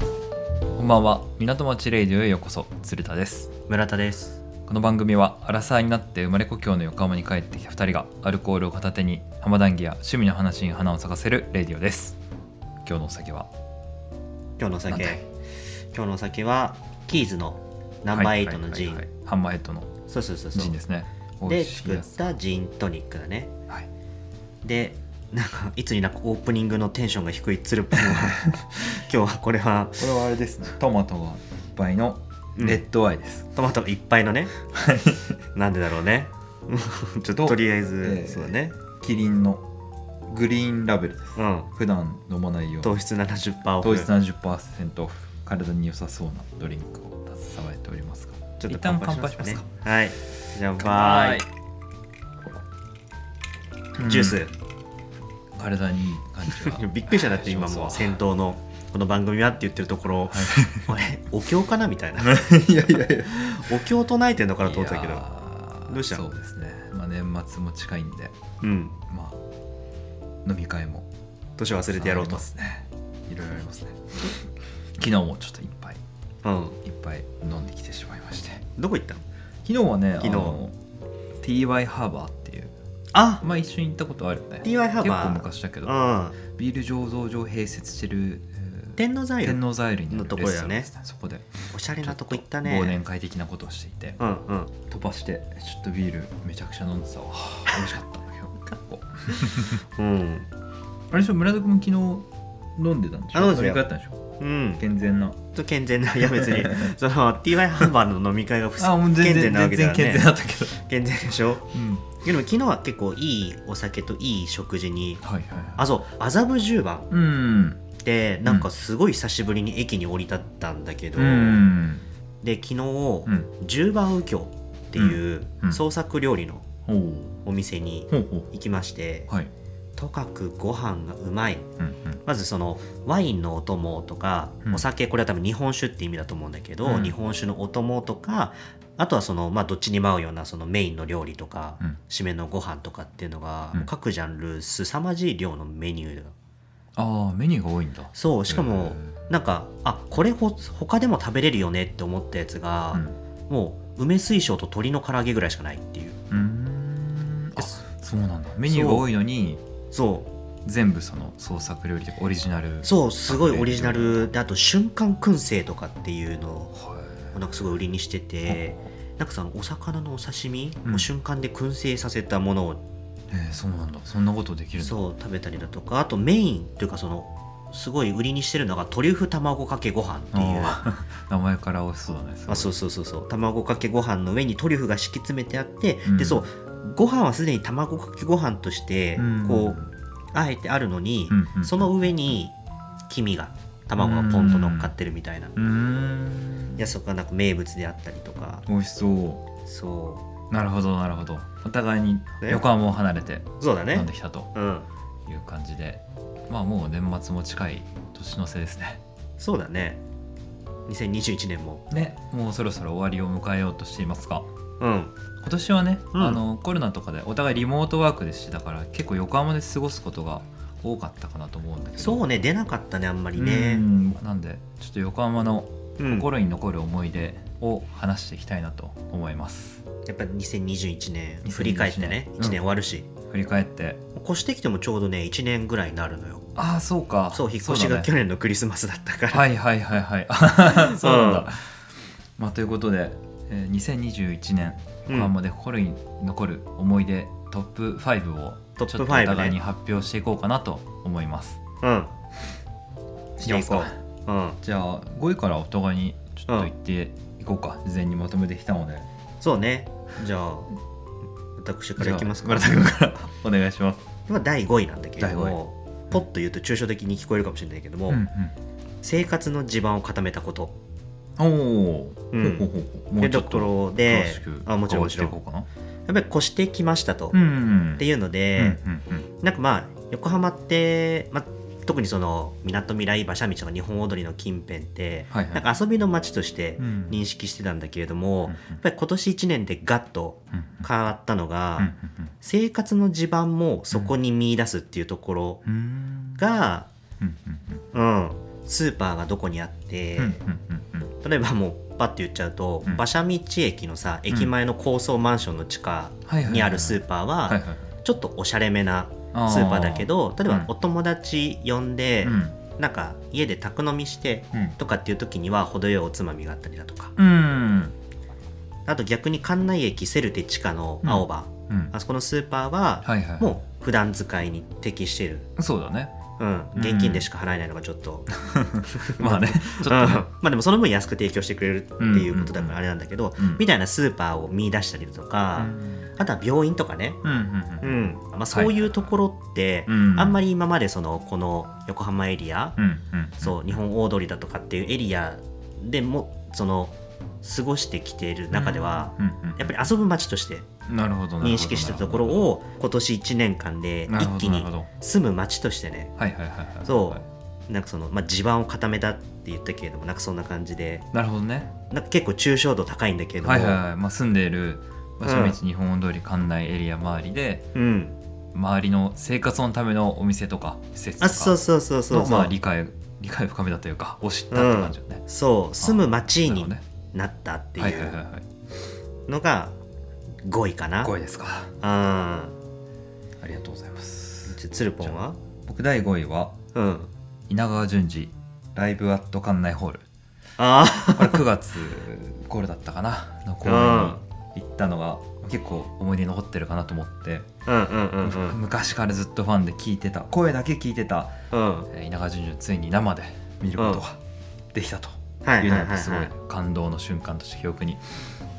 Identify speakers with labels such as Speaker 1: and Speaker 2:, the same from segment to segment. Speaker 1: こんばんは港町レイディオへようこそ鶴田です
Speaker 2: 村田です
Speaker 1: この番組はアラサーになって生まれ故郷の横浜に帰ってきた2人がアルコールを片手に浜談義や趣味の話に花を咲かせるレイディオです今日のお酒は
Speaker 2: 今日のお酒
Speaker 1: なんだい
Speaker 2: 今日のお酒はキーズのナンバー8のジン、
Speaker 1: はいはいはいはいハンマーヘッドの
Speaker 2: そうそうそう
Speaker 1: ジ
Speaker 2: そ
Speaker 1: ン
Speaker 2: う
Speaker 1: ですね美
Speaker 2: で
Speaker 1: 味しい
Speaker 2: 作っ
Speaker 1: やつ
Speaker 2: たジントニックだね
Speaker 1: はい
Speaker 2: でなんかいつになくオープニングのテンションが低いつる ぽんは今日はこれは
Speaker 1: これはあれですねトマトがいっぱいのレッドアイです、
Speaker 2: トマトがいっぱいのねなんでだろ うねちょっととりあえず、
Speaker 1: ええ
Speaker 2: そうだね
Speaker 1: キリンのグリーンラベルです
Speaker 2: うん
Speaker 1: 普段飲まないような
Speaker 2: 糖質70%オフ
Speaker 1: 糖質70%オフ体に良さそうなドリンクを携えておりますが
Speaker 2: ちょっと
Speaker 1: 一旦乾杯します
Speaker 2: ね
Speaker 1: か
Speaker 2: はいじゃあバイジュース、
Speaker 1: 体にいい感じが
Speaker 2: びっくりしただって今もう先頭のこの番組はって言ってるところ、俺お経かなみたい な
Speaker 1: いやいやいや
Speaker 2: お経唱えてんのかなと思ったけ
Speaker 1: い
Speaker 2: ど
Speaker 1: やー
Speaker 2: どうしたの
Speaker 1: そうですねまあ年末も近いんで
Speaker 2: うん
Speaker 1: まあ飲み会も
Speaker 2: 年忘れてやろ
Speaker 1: あ
Speaker 2: う
Speaker 1: り
Speaker 2: と
Speaker 1: ますねいろいろありますね昨日もちょっといっぱい
Speaker 2: うん
Speaker 1: いっぱい飲んできてしまいまして
Speaker 2: どこ行ったの
Speaker 1: 昨日はね
Speaker 2: 昨日
Speaker 1: あの TY ハーバーっていう
Speaker 2: あ
Speaker 1: まあ一緒に行ったことあるよね
Speaker 2: TY ハーバー
Speaker 1: 結構昔だけど
Speaker 2: うん
Speaker 1: ビール醸造所を併設してるえー
Speaker 2: 天王山
Speaker 1: 天
Speaker 2: よ
Speaker 1: 王座入りにあ
Speaker 2: の
Speaker 1: る
Speaker 2: とこ
Speaker 1: レ
Speaker 2: ろ
Speaker 1: ストラン
Speaker 2: だよね
Speaker 1: ですねそこで
Speaker 2: おしゃれなとこ行った
Speaker 1: 忘
Speaker 2: ね
Speaker 1: 年会的なことをしていて
Speaker 2: うんうん
Speaker 1: 飛ばしてちょっとビールめちゃくちゃ飲ん でたわ美味しかったんだけど結構
Speaker 2: うん
Speaker 1: あれでしょ村田君も昨日飲んでたんでしょ
Speaker 2: あ飲んでた
Speaker 1: 飲
Speaker 2: よ
Speaker 1: み会あったんでしょ
Speaker 2: うんちょ
Speaker 1: 健全な
Speaker 2: っと健全ないや別に その TY ハーバーの飲み会が不
Speaker 1: あもう全然
Speaker 2: 健全なわけ
Speaker 1: 全
Speaker 2: だ
Speaker 1: 然健
Speaker 2: よね
Speaker 1: 全だったけど、
Speaker 2: 健全でしょ
Speaker 1: うん、
Speaker 2: でも昨日は結構いいお酒といい食事に
Speaker 1: はいはいはい
Speaker 2: あそう麻布十番
Speaker 1: うん
Speaker 2: でなんかすごい久しぶりに駅に降り立ったんだけど、
Speaker 1: うん
Speaker 2: で昨日、
Speaker 1: うん
Speaker 2: 十番右京っていう
Speaker 1: うん
Speaker 2: 創作料理の
Speaker 1: ほう
Speaker 2: お店に
Speaker 1: ほうほ
Speaker 2: 行きまして、
Speaker 1: うはい
Speaker 2: とかくご飯がうまい
Speaker 1: うんうん
Speaker 2: まずそのワインのお供とか、
Speaker 1: うん
Speaker 2: お酒これは多分日本酒って意味だと思うんだけど、
Speaker 1: うん
Speaker 2: 日本酒のお供とかあとはその、まあ、どっちにも合うようなそのメインの料理とか、
Speaker 1: うん
Speaker 2: 締めのご飯とかっていうのが、
Speaker 1: うん
Speaker 2: 各ジャンル凄まじい量のメニューが
Speaker 1: ああメニューが多いんだ
Speaker 2: そうしか
Speaker 1: へ
Speaker 2: もなんかあこれほ他でも食べれるよねって思ったやつが、
Speaker 1: うん
Speaker 2: もう梅水晶と鶏の唐揚げぐらいしかないっていう
Speaker 1: うーんあ
Speaker 2: そ
Speaker 1: そうなんだメニューが多いのに
Speaker 2: そう
Speaker 1: 全部その創作料理というかオリジナル
Speaker 2: そうすごいオリジナルであと瞬間燻製とかっていうのを
Speaker 1: は
Speaker 2: なんかすごい売りにしててなんかそのお魚のお刺身
Speaker 1: うん
Speaker 2: を瞬間で燻製させたものを、
Speaker 1: いえー、そうなんだそんなことできるんだ
Speaker 2: そう食べたりだとかあとメインというかそのすごい売りにしてるのがトリュフ卵かけご飯っていう
Speaker 1: あー名前から美味しそうだねすごい
Speaker 2: あそうそうそうそう卵かけご飯の上にトリュフが敷き詰めてあって、
Speaker 1: うん
Speaker 2: でそうご飯はすでに卵かけご飯として
Speaker 1: うん
Speaker 2: こう、あえてあるのに、
Speaker 1: うんうん
Speaker 2: その上に黄身が卵がポンと乗っかってるみたいな、
Speaker 1: うーん
Speaker 2: いやそこがなんか名物であったりとか
Speaker 1: 美味しそう
Speaker 2: そ
Speaker 1: なるほどなるほどお互いに
Speaker 2: ね
Speaker 1: 横浜を離れて
Speaker 2: うそうだ
Speaker 1: 飲んで
Speaker 2: ね
Speaker 1: きたと
Speaker 2: うん
Speaker 1: いう感じでまあもう年末も近い年の瀬ですね
Speaker 2: そうだね2021年も
Speaker 1: ねもうそろそろ終わりを迎えようとしていますが
Speaker 2: うん
Speaker 1: 今年はね、
Speaker 2: うん
Speaker 1: あのコロナとかでお互いリモートワークでしてたから結構横浜で過ごすことが多かったかなと思うんだけど
Speaker 2: そうね出なかったねあんまり
Speaker 1: う
Speaker 2: ね
Speaker 1: んなんでちょっと横浜の
Speaker 2: うん
Speaker 1: 心に残る思い出を話していきたいなと思います、
Speaker 2: やっぱ2021年振り返ってね
Speaker 1: うん
Speaker 2: 1年終わるし、
Speaker 1: 振り返って
Speaker 2: 越してきてもちょうどね1年ぐらいになるのよ
Speaker 1: ああそうか
Speaker 2: そう引っ越しが
Speaker 1: 去
Speaker 2: 去年のクリスマスだったから、
Speaker 1: はいはいはいはいそうなんだ、
Speaker 2: うん
Speaker 1: まあ、ということで、えー2021年
Speaker 2: うん
Speaker 1: 横浜で心に残る思い出、トップ5を
Speaker 2: トップ
Speaker 1: ちょっとお
Speaker 2: 5ね
Speaker 1: 互いに発表していこうかなと思います
Speaker 2: うんしていこ
Speaker 1: いきますか
Speaker 2: ううん
Speaker 1: じゃあ5位からお互いにちょっと言っていこうか、事前にまとめてきたので
Speaker 2: そうねじゃあ私からいきますか
Speaker 1: じゃあ村田君からお願いします、
Speaker 2: 今第5位なんだけれど
Speaker 1: 第
Speaker 2: もポッと言うと抽象的に聞こえるかもしれないけども、
Speaker 1: うん
Speaker 2: 生活の地盤を固めたこと
Speaker 1: うん、おー
Speaker 2: うん
Speaker 1: ほうほうほうほうも
Speaker 2: で
Speaker 1: うちょ
Speaker 2: と
Speaker 1: っと
Speaker 2: ころ
Speaker 1: 詳
Speaker 2: で
Speaker 1: しく
Speaker 2: あもちろんもちろん
Speaker 1: 伺
Speaker 2: や
Speaker 1: っていこうかな
Speaker 2: っぱり越してきましたと、
Speaker 1: う
Speaker 2: っ
Speaker 1: ん
Speaker 2: ていうの
Speaker 1: う
Speaker 2: で、
Speaker 1: んうん
Speaker 2: なんかまあ横浜って、まあ、特にそのみなとみらい馬車道とか日本踊りの近辺って、
Speaker 1: はいはい
Speaker 2: なんか遊びの街として
Speaker 1: うん
Speaker 2: 認識してたんだけれども、
Speaker 1: うんうん
Speaker 2: やっぱり今年1年でガッと
Speaker 1: うんうん
Speaker 2: 変わったのが、
Speaker 1: うんうん
Speaker 2: 生活の地盤もそこに見出すっていうところ
Speaker 1: うんうん
Speaker 2: が、
Speaker 1: うんうんうん
Speaker 2: うん、スーパーがどこにあって、
Speaker 1: うんうんうん
Speaker 2: 例えばもうパッて言っちゃうと、
Speaker 1: うん
Speaker 2: 馬車道駅のさ駅前の高層マンションの地下
Speaker 1: はいはい
Speaker 2: にあるスーパーは、
Speaker 1: はいはいはい
Speaker 2: ちょっとおしゃれめな
Speaker 1: あ
Speaker 2: スーパーだけど例え
Speaker 1: う
Speaker 2: ば
Speaker 1: ん
Speaker 2: お友達呼んで、
Speaker 1: うん
Speaker 2: なんか家で宅飲みして
Speaker 1: うん
Speaker 2: とかっていう時には程よいおつまみがあったりだとか
Speaker 1: うん
Speaker 2: あと逆に館内駅セルテ地下の青葉、
Speaker 1: うん
Speaker 2: あそこのスーパーは
Speaker 1: はいはい
Speaker 2: もう普段使いに適してる、
Speaker 1: そうだね
Speaker 2: うん、現金でしか払えないのがちょっと、
Speaker 1: まあねちょっと
Speaker 2: う
Speaker 1: ね
Speaker 2: んまあでもその分安く提供してくれるっていうことだ
Speaker 1: うんうんうん
Speaker 2: からあれなんだけど、
Speaker 1: うん
Speaker 2: みたいなスーパーを見出したりだと
Speaker 1: う
Speaker 2: か、
Speaker 1: ん
Speaker 2: あとは病院とかね、
Speaker 1: うんうんう
Speaker 2: うんんまあ、そういうところって、
Speaker 1: うん
Speaker 2: あんまり今までそのこの横浜エリア、
Speaker 1: うんうん
Speaker 2: そう日本大通りだとかっていうエリアでもその過ごしてきている中では、
Speaker 1: うんうん
Speaker 2: やっぱり遊ぶ街として
Speaker 1: なるほどなるほど
Speaker 2: 認識してたところを今年1年間で
Speaker 1: なるほ
Speaker 2: 一
Speaker 1: ど
Speaker 2: 気
Speaker 1: なる
Speaker 2: に
Speaker 1: ほど
Speaker 2: 住む街としてね
Speaker 1: はいはいはいはい
Speaker 2: そう
Speaker 1: はい
Speaker 2: なんかその、まあ、地盤を固めたって言ったけれどもなんかそんな感じで
Speaker 1: なるほどね
Speaker 2: なんか結構抽象度高いんだけれども、
Speaker 1: はいはいはいまあ住んでいる場所道日本通り館内エリア周りで
Speaker 2: うん、
Speaker 1: 周りの生活のためのお店とか施設と
Speaker 2: あそう
Speaker 1: か
Speaker 2: そうそうそう
Speaker 1: の
Speaker 2: そ
Speaker 1: ま
Speaker 2: う
Speaker 1: あ理解理解を深めたというかを知ったって感じよね
Speaker 2: そう住む街に
Speaker 1: なる
Speaker 2: なったって
Speaker 1: ほどねはいいはいはいうはい
Speaker 2: のが5位かな、
Speaker 1: 5位ですか
Speaker 2: うん
Speaker 1: ありがとうございます
Speaker 2: じゃあつるぽんは
Speaker 1: 僕第5位は
Speaker 2: うん
Speaker 1: 稲川淳二ライブアット館内ホール
Speaker 2: あ
Speaker 1: これ9月頃だったか なの公演に行ったのが結構思い出に残ってるかなと思って、
Speaker 2: あ うんうんうんうん
Speaker 1: 昔からずっとファンで聞いてた声だけ聞いてた
Speaker 2: うん
Speaker 1: えー稲川淳二をついに生で見ることができたと
Speaker 2: はい
Speaker 1: いうの
Speaker 2: は
Speaker 1: がやっぱ
Speaker 2: いはい
Speaker 1: すご
Speaker 2: はいい
Speaker 1: 感動の瞬間として記憶に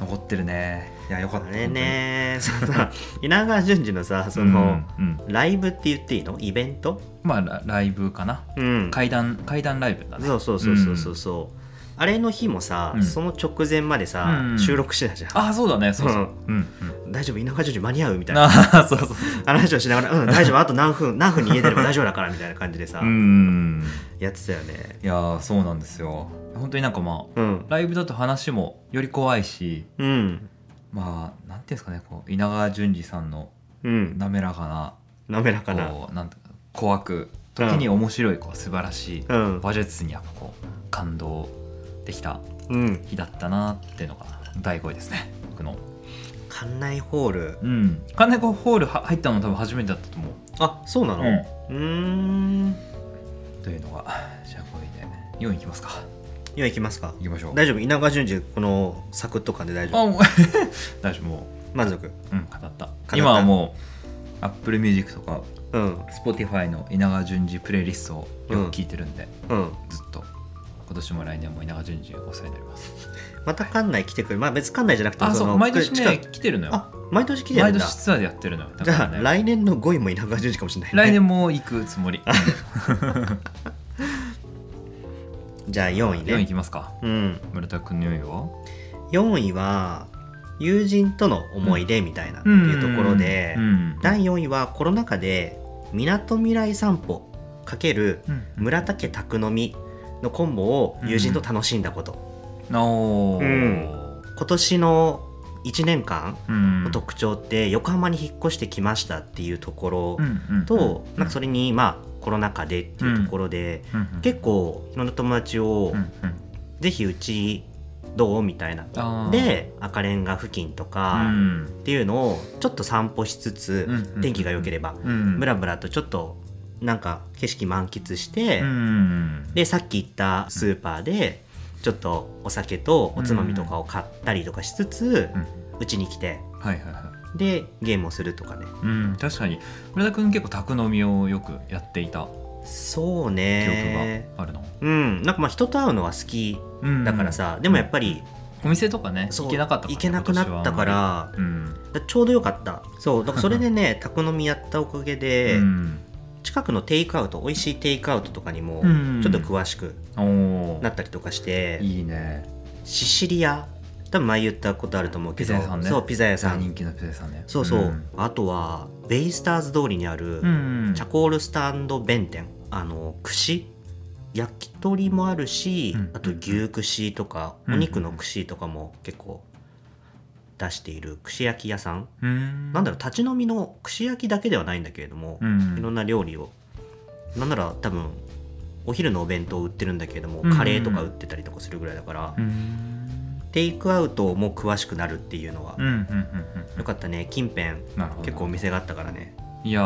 Speaker 1: 残ってるねいやよかった
Speaker 2: あれねそのさ稲川淳二のさ
Speaker 1: 本
Speaker 2: そ
Speaker 1: 当に
Speaker 2: の、
Speaker 1: うんうん
Speaker 2: ライブって言っていいのイベント
Speaker 1: まあラライブかな
Speaker 2: うん
Speaker 1: 階段階段ライブだね
Speaker 2: そうそうそうそうそうそう、あれの日もさ、
Speaker 1: うん
Speaker 2: その直前までさ、
Speaker 1: うん
Speaker 2: 収録してたじゃん、
Speaker 1: ああそうだねそうそううんうん
Speaker 2: 大丈夫稲川淳二間に合うみたいな
Speaker 1: あーそうそうそう
Speaker 2: 話をしながら「うん大丈夫あと何分 何分に家出れば大丈夫だから」みたいな感じでさ、
Speaker 1: うん
Speaker 2: やってたよね
Speaker 1: いやーそうなんですよ本当になんかまあ
Speaker 2: うん
Speaker 1: ライブだと話もより怖いし
Speaker 2: うん
Speaker 1: まあなんていうんですかねこう稲川淳二さんの
Speaker 2: うん
Speaker 1: 滑らか
Speaker 2: 滑らか
Speaker 1: な
Speaker 2: な
Speaker 1: こうなんていうか怖く時に面白いこう素晴らしい
Speaker 2: うん
Speaker 1: 馬術にやっぱこう感動できた
Speaker 2: うん
Speaker 1: 日だったなっていうのが第5位ですね僕の
Speaker 2: 館内ホール
Speaker 1: うん金子ホールは入ったの多分初めてだったと思う
Speaker 2: あそうなのうーん
Speaker 1: というのがじゃあ5位で4位いきますか
Speaker 2: 今行きますか
Speaker 1: いきましょう
Speaker 2: 大丈夫稲川淳二このサクッと感で大
Speaker 1: あ
Speaker 2: 丈夫
Speaker 1: もう 大丈夫も
Speaker 2: 満足
Speaker 1: う、うん、語った
Speaker 2: た
Speaker 1: 今はもう Apple Music とか
Speaker 2: うん、
Speaker 1: Spotify の稲川淳二プレイリストをよく聞いてるんで、
Speaker 2: うん、
Speaker 1: ずっと今年も来年も稲川淳二お世話になります
Speaker 2: また館内来てくるまあ別に館内じゃなくても
Speaker 1: あそう
Speaker 2: の
Speaker 1: 毎年
Speaker 2: 近
Speaker 1: ね
Speaker 2: く
Speaker 1: 来てるのよ
Speaker 2: あ毎年来てる
Speaker 1: 毎
Speaker 2: んだ
Speaker 1: 年ツアーでやってるのよだ
Speaker 2: じ
Speaker 1: から
Speaker 2: ゃあ、
Speaker 1: ね
Speaker 2: 来年の5位も稲川淳二かもしれない、ね、
Speaker 1: 来年も行くつもり
Speaker 2: じゃあ4位
Speaker 1: 4位い
Speaker 2: ね
Speaker 1: きますか
Speaker 2: うん、
Speaker 1: 村田君の4位は
Speaker 2: 4位は友人との思い出みたいなっていうところで、
Speaker 1: うん
Speaker 2: 第4位はコロナ禍でみなとみらい散歩×
Speaker 1: うん
Speaker 2: 村田家宅飲みのコンボを友人と楽しんだこと、
Speaker 1: おー
Speaker 2: 今年の1年間
Speaker 1: うん
Speaker 2: の特徴って横浜に引っ越してきましたっていうところ
Speaker 1: うん
Speaker 2: と、なんかそ
Speaker 1: れ
Speaker 2: れにまあコロナ禍でっていうところで、結構いろんな友達を、ぜひうちどうみたいな
Speaker 1: あー
Speaker 2: で赤レンガ付近とかっていうのをちょっと散歩しつつ、天気が良ければブ
Speaker 1: 村
Speaker 2: ラブラとちょっとなんか景色満喫して、でさっき言ったスーパーでちょっとお酒とおつまみとかを買ったりとかしつつうち、に来て
Speaker 1: はいはいはい
Speaker 2: でゲームをするとかね
Speaker 1: うん確かに村田君結構宅飲みをよくやっていた
Speaker 2: そう
Speaker 1: 記
Speaker 2: ね
Speaker 1: 憶があるの
Speaker 2: うんなんかまあ人と会うのは好き
Speaker 1: うん
Speaker 2: だからさ、でもやっぱり、
Speaker 1: お店とかね
Speaker 2: そう
Speaker 1: 行けなかったら
Speaker 2: 行けなくなったから
Speaker 1: 今年はあんま
Speaker 2: だちょうどよかったそうだからそれで ね宅飲みやったおかげ
Speaker 1: り
Speaker 2: で、
Speaker 1: うん
Speaker 2: 近くのテイクアウト美味しいテイクアウトとかにも
Speaker 1: うん
Speaker 2: ちょっと詳しく
Speaker 1: うんおー
Speaker 2: なったりとかして、
Speaker 1: いいね
Speaker 2: シシリア多分前言ったことあると思うけ
Speaker 1: ピザ
Speaker 2: ど
Speaker 1: 屋さんね
Speaker 2: そうピザ屋さ
Speaker 1: 大
Speaker 2: ん
Speaker 1: 人気のプレイさんね
Speaker 2: そうそう、
Speaker 1: ん
Speaker 2: あとはベイスターズ通りにある
Speaker 1: うん
Speaker 2: チャコールスタンド弁店あの串焼き鳥もあるし、
Speaker 1: うん
Speaker 2: あと牛串とか、
Speaker 1: うん
Speaker 2: お肉の串とかも結構出している串焼き屋さん、
Speaker 1: うん
Speaker 2: なんだろう立ち飲みの串焼きだけではないんだけれども、
Speaker 1: うん
Speaker 2: いろんな料理をなんなら多分お昼のお弁当売ってるんだけれども
Speaker 1: うん
Speaker 2: カレーとか売ってたりとかするぐらいだから、
Speaker 1: うん
Speaker 2: テイクアウトも詳しくなるっていうのは、
Speaker 1: うんうんうんうん
Speaker 2: よかったね近辺
Speaker 1: なるほど
Speaker 2: 結構お店があったからね
Speaker 1: いや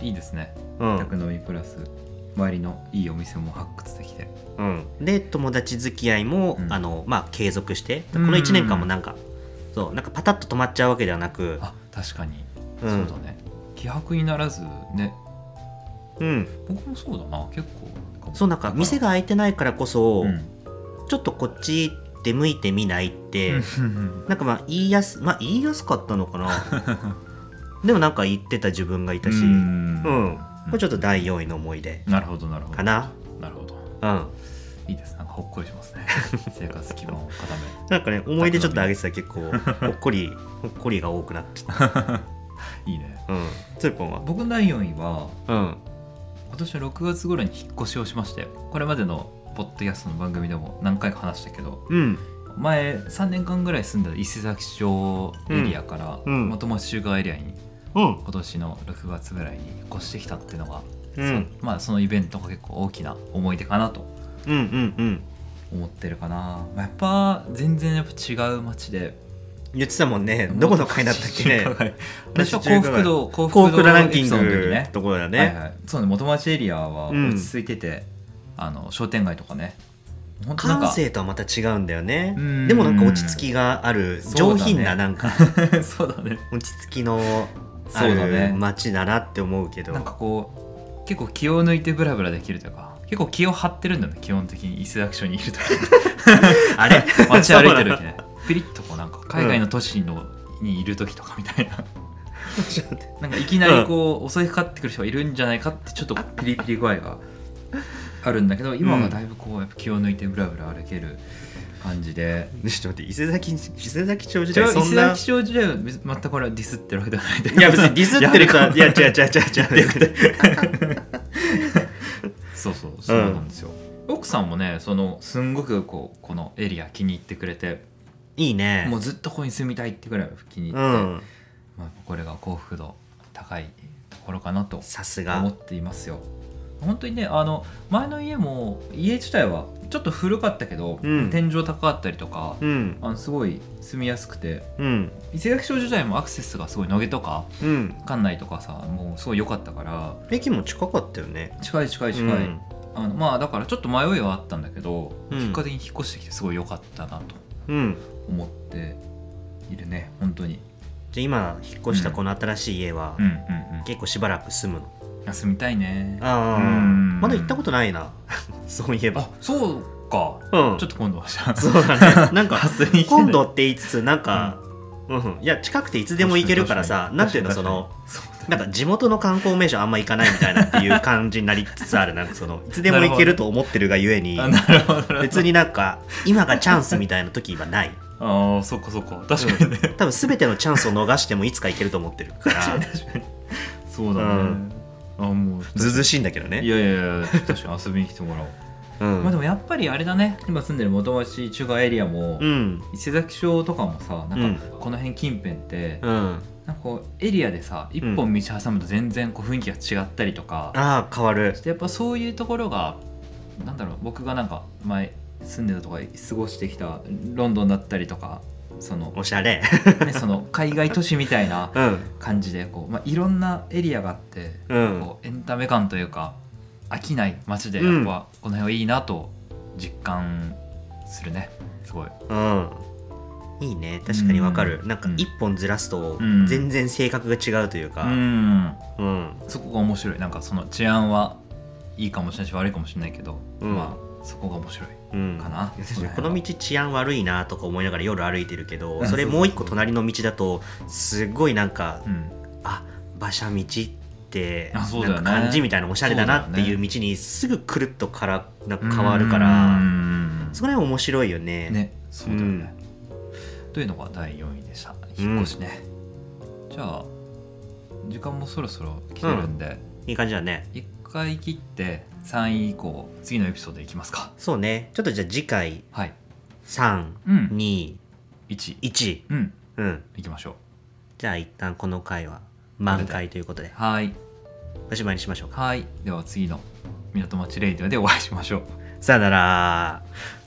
Speaker 1: ーいいですね
Speaker 2: うん、
Speaker 1: 宅飲みプラス周りのいいお店も発掘できて
Speaker 2: うん、で友達付き合いも、
Speaker 1: うん
Speaker 2: あのまあ継続して
Speaker 1: う
Speaker 2: こ
Speaker 1: ん
Speaker 2: の1年間もなんか、そうなんかパタッと止まっちゃうわけではなく
Speaker 1: あ確かに、
Speaker 2: うん
Speaker 1: そうだね気迫にならずね
Speaker 2: うん、
Speaker 1: 僕もそうだな結構
Speaker 2: そうなんか店が開いてないからこそ、
Speaker 1: うん
Speaker 2: ちょっとこっち出向いてみないって、
Speaker 1: うん
Speaker 2: なんかまあ言いやすまあ言いやすかったの かなでもなんか言ってた自分がいたし、
Speaker 1: う
Speaker 2: うん
Speaker 1: ん
Speaker 2: これちょっと第4位の思い出
Speaker 1: なるほどなるほど
Speaker 2: かな、
Speaker 1: なるほど
Speaker 2: うん、
Speaker 1: いいですなんかほっこりしますね生活基盤を固
Speaker 2: なんかね思い出ちょっと上げてたら結構ほっこりほっこりが多くなっちゃっ
Speaker 1: めいいね
Speaker 2: た、うん、つーぽんは
Speaker 1: 僕の第4位は
Speaker 2: うん
Speaker 1: 今年の6月頃に引っ越しをしましてこれまでのポッドキャストの番組でも何回か話したけど
Speaker 2: うん
Speaker 1: 前3年間ぐらい住んだ伊勢崎町エリアから
Speaker 2: うんうん
Speaker 1: 元々中華エリアに
Speaker 2: うん
Speaker 1: 今年の6月ぐらいに引っ越してきたっていうのが、
Speaker 2: うん
Speaker 1: そまあ、そのイベントが結構大きな思い出かなと
Speaker 2: うんうんうん
Speaker 1: 思ってるかな、まあ、やっぱ全然やっぱ違う街で
Speaker 2: 言ってたもんねどこの回だったっけ
Speaker 1: 中
Speaker 2: ね
Speaker 1: 華街私
Speaker 2: 私
Speaker 1: は
Speaker 2: は
Speaker 1: 幸
Speaker 2: 中華街
Speaker 1: 福度幸
Speaker 2: 幸福
Speaker 1: 度
Speaker 2: 度ランキ
Speaker 1: エピ
Speaker 2: ング
Speaker 1: ソードの時
Speaker 2: の
Speaker 1: ね
Speaker 2: ところだ
Speaker 1: はい
Speaker 2: ね
Speaker 1: はい、そうね元町エリアは
Speaker 2: うん
Speaker 1: 落ち着いてて、あの商店街とかね本当なん
Speaker 2: 感
Speaker 1: か
Speaker 2: 性とはまた違うんだよね
Speaker 1: うん
Speaker 2: でもなんか落ち着きがある
Speaker 1: そうだね
Speaker 2: 上品ななんか
Speaker 1: そうだね
Speaker 2: 落ち着きのあ
Speaker 1: そうだね
Speaker 2: る街だなって思うけど
Speaker 1: なんかこう結構気を抜いてブラブラできるというか結構気を張ってるんだね基本的に伊勢崎町にいると
Speaker 2: あれ
Speaker 1: 街歩いてる
Speaker 2: そう
Speaker 1: 時ねピリッとこうなんか海外の都市の、にいる時とかみたいな
Speaker 2: ちょっと待って
Speaker 1: なんかいきなりこう襲いかかってくる人がいるんじゃないかってちょっとピリピリ具合があるんだけど今はだいぶこうやっぱ気を抜いてブラブラ歩ける感じで。
Speaker 2: ちょっと待って伊勢崎伊勢崎町時
Speaker 1: 違う
Speaker 2: 代
Speaker 1: 伊
Speaker 2: そん
Speaker 1: 勢
Speaker 2: な
Speaker 1: 崎町時代は別全くこれはディスってるわけではない
Speaker 2: いや別にディスってる
Speaker 1: か
Speaker 2: かいや違う違う違う違う
Speaker 1: そうそうそうなんですよ、奥さんもねそのすんごくこうこのエリア気に入ってくれて
Speaker 2: いいね
Speaker 1: もうずっとここに住みたいってぐらい気に入って、
Speaker 2: うん
Speaker 1: まあ、これが幸福度高いところかなと
Speaker 2: さす
Speaker 1: 思
Speaker 2: が
Speaker 1: っていますよ本当にねあの前の家も家自体はちょっと古かったけど、
Speaker 2: うん
Speaker 1: 天井高かったりとか、
Speaker 2: うん
Speaker 1: あのすごい住みやすくて
Speaker 2: うん
Speaker 1: 伊勢崎町自体もアクセスがすごい野毛とか
Speaker 2: うん
Speaker 1: 館内とかさもうすごい良かったから
Speaker 2: 駅も近かったよね
Speaker 1: 近い近い近い、
Speaker 2: うん
Speaker 1: あのまあだからちょっと迷いはあったんだけど、
Speaker 2: うん
Speaker 1: 結果的に引っ越してきてすごい良かったなと
Speaker 2: うん
Speaker 1: 思っているね本当に
Speaker 2: じゃあ今引っ越したこの新しい家は
Speaker 1: うんうんうん
Speaker 2: 結構しばらく住むの
Speaker 1: 休みたいね
Speaker 2: ああ
Speaker 1: うん
Speaker 2: まだ行ったことない なそういえば
Speaker 1: あそうか
Speaker 2: うん
Speaker 1: ちょっと今度はじゃあ
Speaker 2: そうだ ねなんか
Speaker 1: 遊びに行けない
Speaker 2: 今度って言いつつなんかうんいや近くていつでも行けるから
Speaker 1: 確
Speaker 2: さな
Speaker 1: か
Speaker 2: ん
Speaker 1: に
Speaker 2: ていうのそ
Speaker 1: 確かに
Speaker 2: の
Speaker 1: そうだね
Speaker 2: なんか地元の観光名所あんま行かないみたいなっていう感じになりつつ あるなんかそのいつでも行けると思ってるがゆえ に
Speaker 1: あなるほどなるほど
Speaker 2: 別になんか今がチャンスみたいな時はない
Speaker 1: ああそっかそっか確かにね、
Speaker 2: 多分全てのチャンスを逃してもいつか行けると思ってるから
Speaker 1: そうだね、あもう
Speaker 2: ずうずうしいんだけど
Speaker 1: い
Speaker 2: ね
Speaker 1: やいやいや確かに遊びに来てもらおう、
Speaker 2: う
Speaker 1: まあで
Speaker 2: ん
Speaker 1: もやっぱりあれだね今住んでる元町中華エリアも、
Speaker 2: うん
Speaker 1: 伊勢崎町とかもさな
Speaker 2: うんん
Speaker 1: かこの辺近辺って、
Speaker 2: うん
Speaker 1: なんかこうエリアでさ一本道挟むと全然こう雰囲気が違ったりとか、
Speaker 2: ああ変わる
Speaker 1: そしてやっぱそういうところがなんだろう僕がなんか前住んでたとか過ごしてきたロンドンだったりとかそ の,、
Speaker 2: おしゃれ
Speaker 1: ね、その海外都市みたいな
Speaker 2: うん
Speaker 1: 感じでこう、まあ、いろんなエリアがあって、
Speaker 2: うん
Speaker 1: こうエンタメ感というか飽きない街でやっぱこの辺はいいなと実感するねすごい。
Speaker 2: うんいいね確かにわかる、
Speaker 1: うん
Speaker 2: なんか一本ずらすと
Speaker 1: うん
Speaker 2: 全然性格が違うというか
Speaker 1: うん
Speaker 2: うん
Speaker 1: そこが面白いなんかその治安はいいかもしれないし悪いかもしれないけど、
Speaker 2: うん
Speaker 1: まあそこが面白い
Speaker 2: うん
Speaker 1: かな
Speaker 2: 確かにこの道治安悪いなとか思いながら夜歩いてるけ
Speaker 1: う
Speaker 2: ど
Speaker 1: ん
Speaker 2: それもう一個隣の道だとすごいなんか、
Speaker 1: うん
Speaker 2: あ馬車道って
Speaker 1: あ
Speaker 2: な
Speaker 1: そうだよね
Speaker 2: んか感じみたいなおしゃれだな
Speaker 1: そう
Speaker 2: っ
Speaker 1: だ
Speaker 2: て
Speaker 1: よね
Speaker 2: いう道にすぐくるっとからなんか変わるから
Speaker 1: うん
Speaker 2: そこら辺面白いよね
Speaker 1: ねそうだよね、というのが第4位でした引っ越しね、じゃあ時間もそろそろ来てるんで、
Speaker 2: いい感じだね
Speaker 1: 一回切って3位以降次のエピソードいきますか
Speaker 2: そうねちょっとじゃあ次回
Speaker 1: はい
Speaker 2: 321
Speaker 1: うん1位うん
Speaker 2: うん
Speaker 1: いきましょう
Speaker 2: じゃあ一旦この回は満開ということで
Speaker 1: はい
Speaker 2: おしまいにしましょうか
Speaker 1: はいでは次の港町レイディオでお会いしましょう。
Speaker 2: さよなら。